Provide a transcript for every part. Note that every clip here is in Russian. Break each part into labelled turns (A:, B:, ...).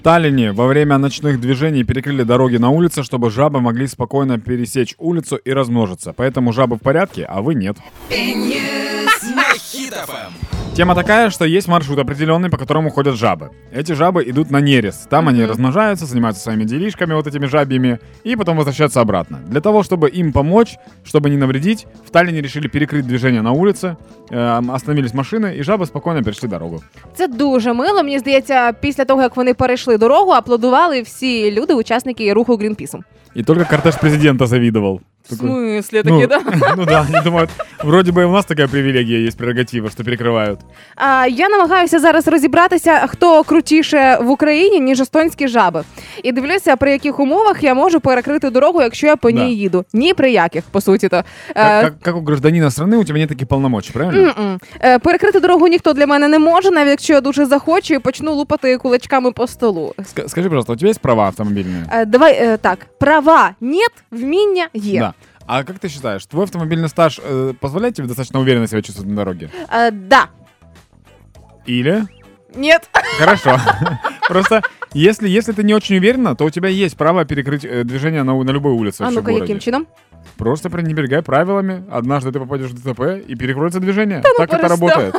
A: Таллине во время ночных движений перекрыли дороги на улице, чтобы жабы могли спокойно пересечь улицу и размножиться. Поэтому жабы в порядке, а вы нет.
B: На Хит-ФМ.
A: Тема такая, что есть маршрут определенный, по которому ходят жабы. Эти жабы идут на нерест. Там они размножаются, занимаются своими делишками, вот этими жабьями, и потом возвращаются обратно. Для того, чтобы им помочь, чтобы не навредить, в Таллине решили перекрыть движение на улице, эм, остановились машини, і жаби спокійно перейшли дорогу.
C: Це дуже мило. Мені здається, після того як вони перейшли дорогу, аплодували всі люди, учасники руху Грінпісу.
A: І тільки кортеж президента завідував.
C: В
A: Такой,
C: смислі
A: ну,
C: такі, да?
A: ну да, они думают, вроде бы и у нас такая привилегия есть, прерогатива, что перекрывают.
C: А, я намагаюся зараз розібратися, хто крутіше в Україні, ніж естонські жаби. І дивлюся, при яких умовах я можу перекрити дорогу, якщо я по
A: Да.
C: ній їду. Ні при яких, по суті то. Е,
A: Как, как- как у гражданина страны у тебя нет таких полномочий, правильно?
C: М-м. Е, Перекрити дорогу ніхто для мене не може, навіть якщо я дуже захочу і почну лупати кулачками по столу.
A: Ска- Скажи, пожалуйста, у тебя есть права автомобильные?
C: Е, Давай е, так, права нет, вміння є.
A: Да. А как ты считаешь, твой автомобильный стаж э, позволяет тебе достаточно уверенно себя чувствовать на дороге?
C: Е, да.
A: Или?
C: Нет.
A: Хорошо. Просто если, если ты не очень уверена, то у тебя есть право перекрыть э, движение на, у- на любой улице
C: А
A: вообще в
C: ну-ка,
A: городе.
C: яким чином?
A: Просто пренебрегай правилами. Однажды ты попадешь в ДТП и перекроется движение. так это
C: перестань.
A: работает.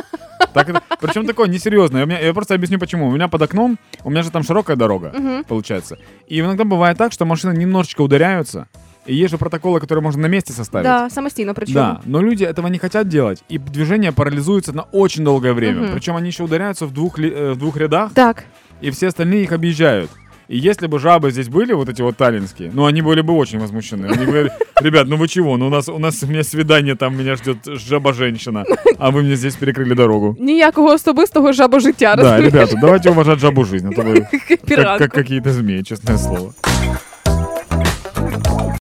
A: Так это... Причем такое несерьезное. У меня- Я просто объясню почему. У меня под окном, у меня же там широкая дорога,
C: Мгм.
A: получается. И иногда бывает так, что машины немножечко ударяются. И есть же протоколы, которые можно на месте составить.
C: Да, самостійно причому.
A: Да, но люди этого не хотят делать, и движение парализуется на очень долгое время.
C: Мгм.
A: Причем они еще ударяются в двух, ли- э, в двух рядах,
C: Так.
A: и все остальные их объезжают. И если бы жабы здесь были, вот эти вот таллинские, ну, они были бы очень возмущены. Они говорили, ребят, ну вы чего? Ну у нас, у нас у меня свидание, там меня ждет жаба-женщина, а вы мне здесь перекрыли дорогу.
C: Ніякого особистого жабожиття,
A: Да,
C: розумієш?
A: ребята, давайте уважать жабу жизнь, а то вы как-
C: Піратку.
A: как какие-то змеи, честное слово.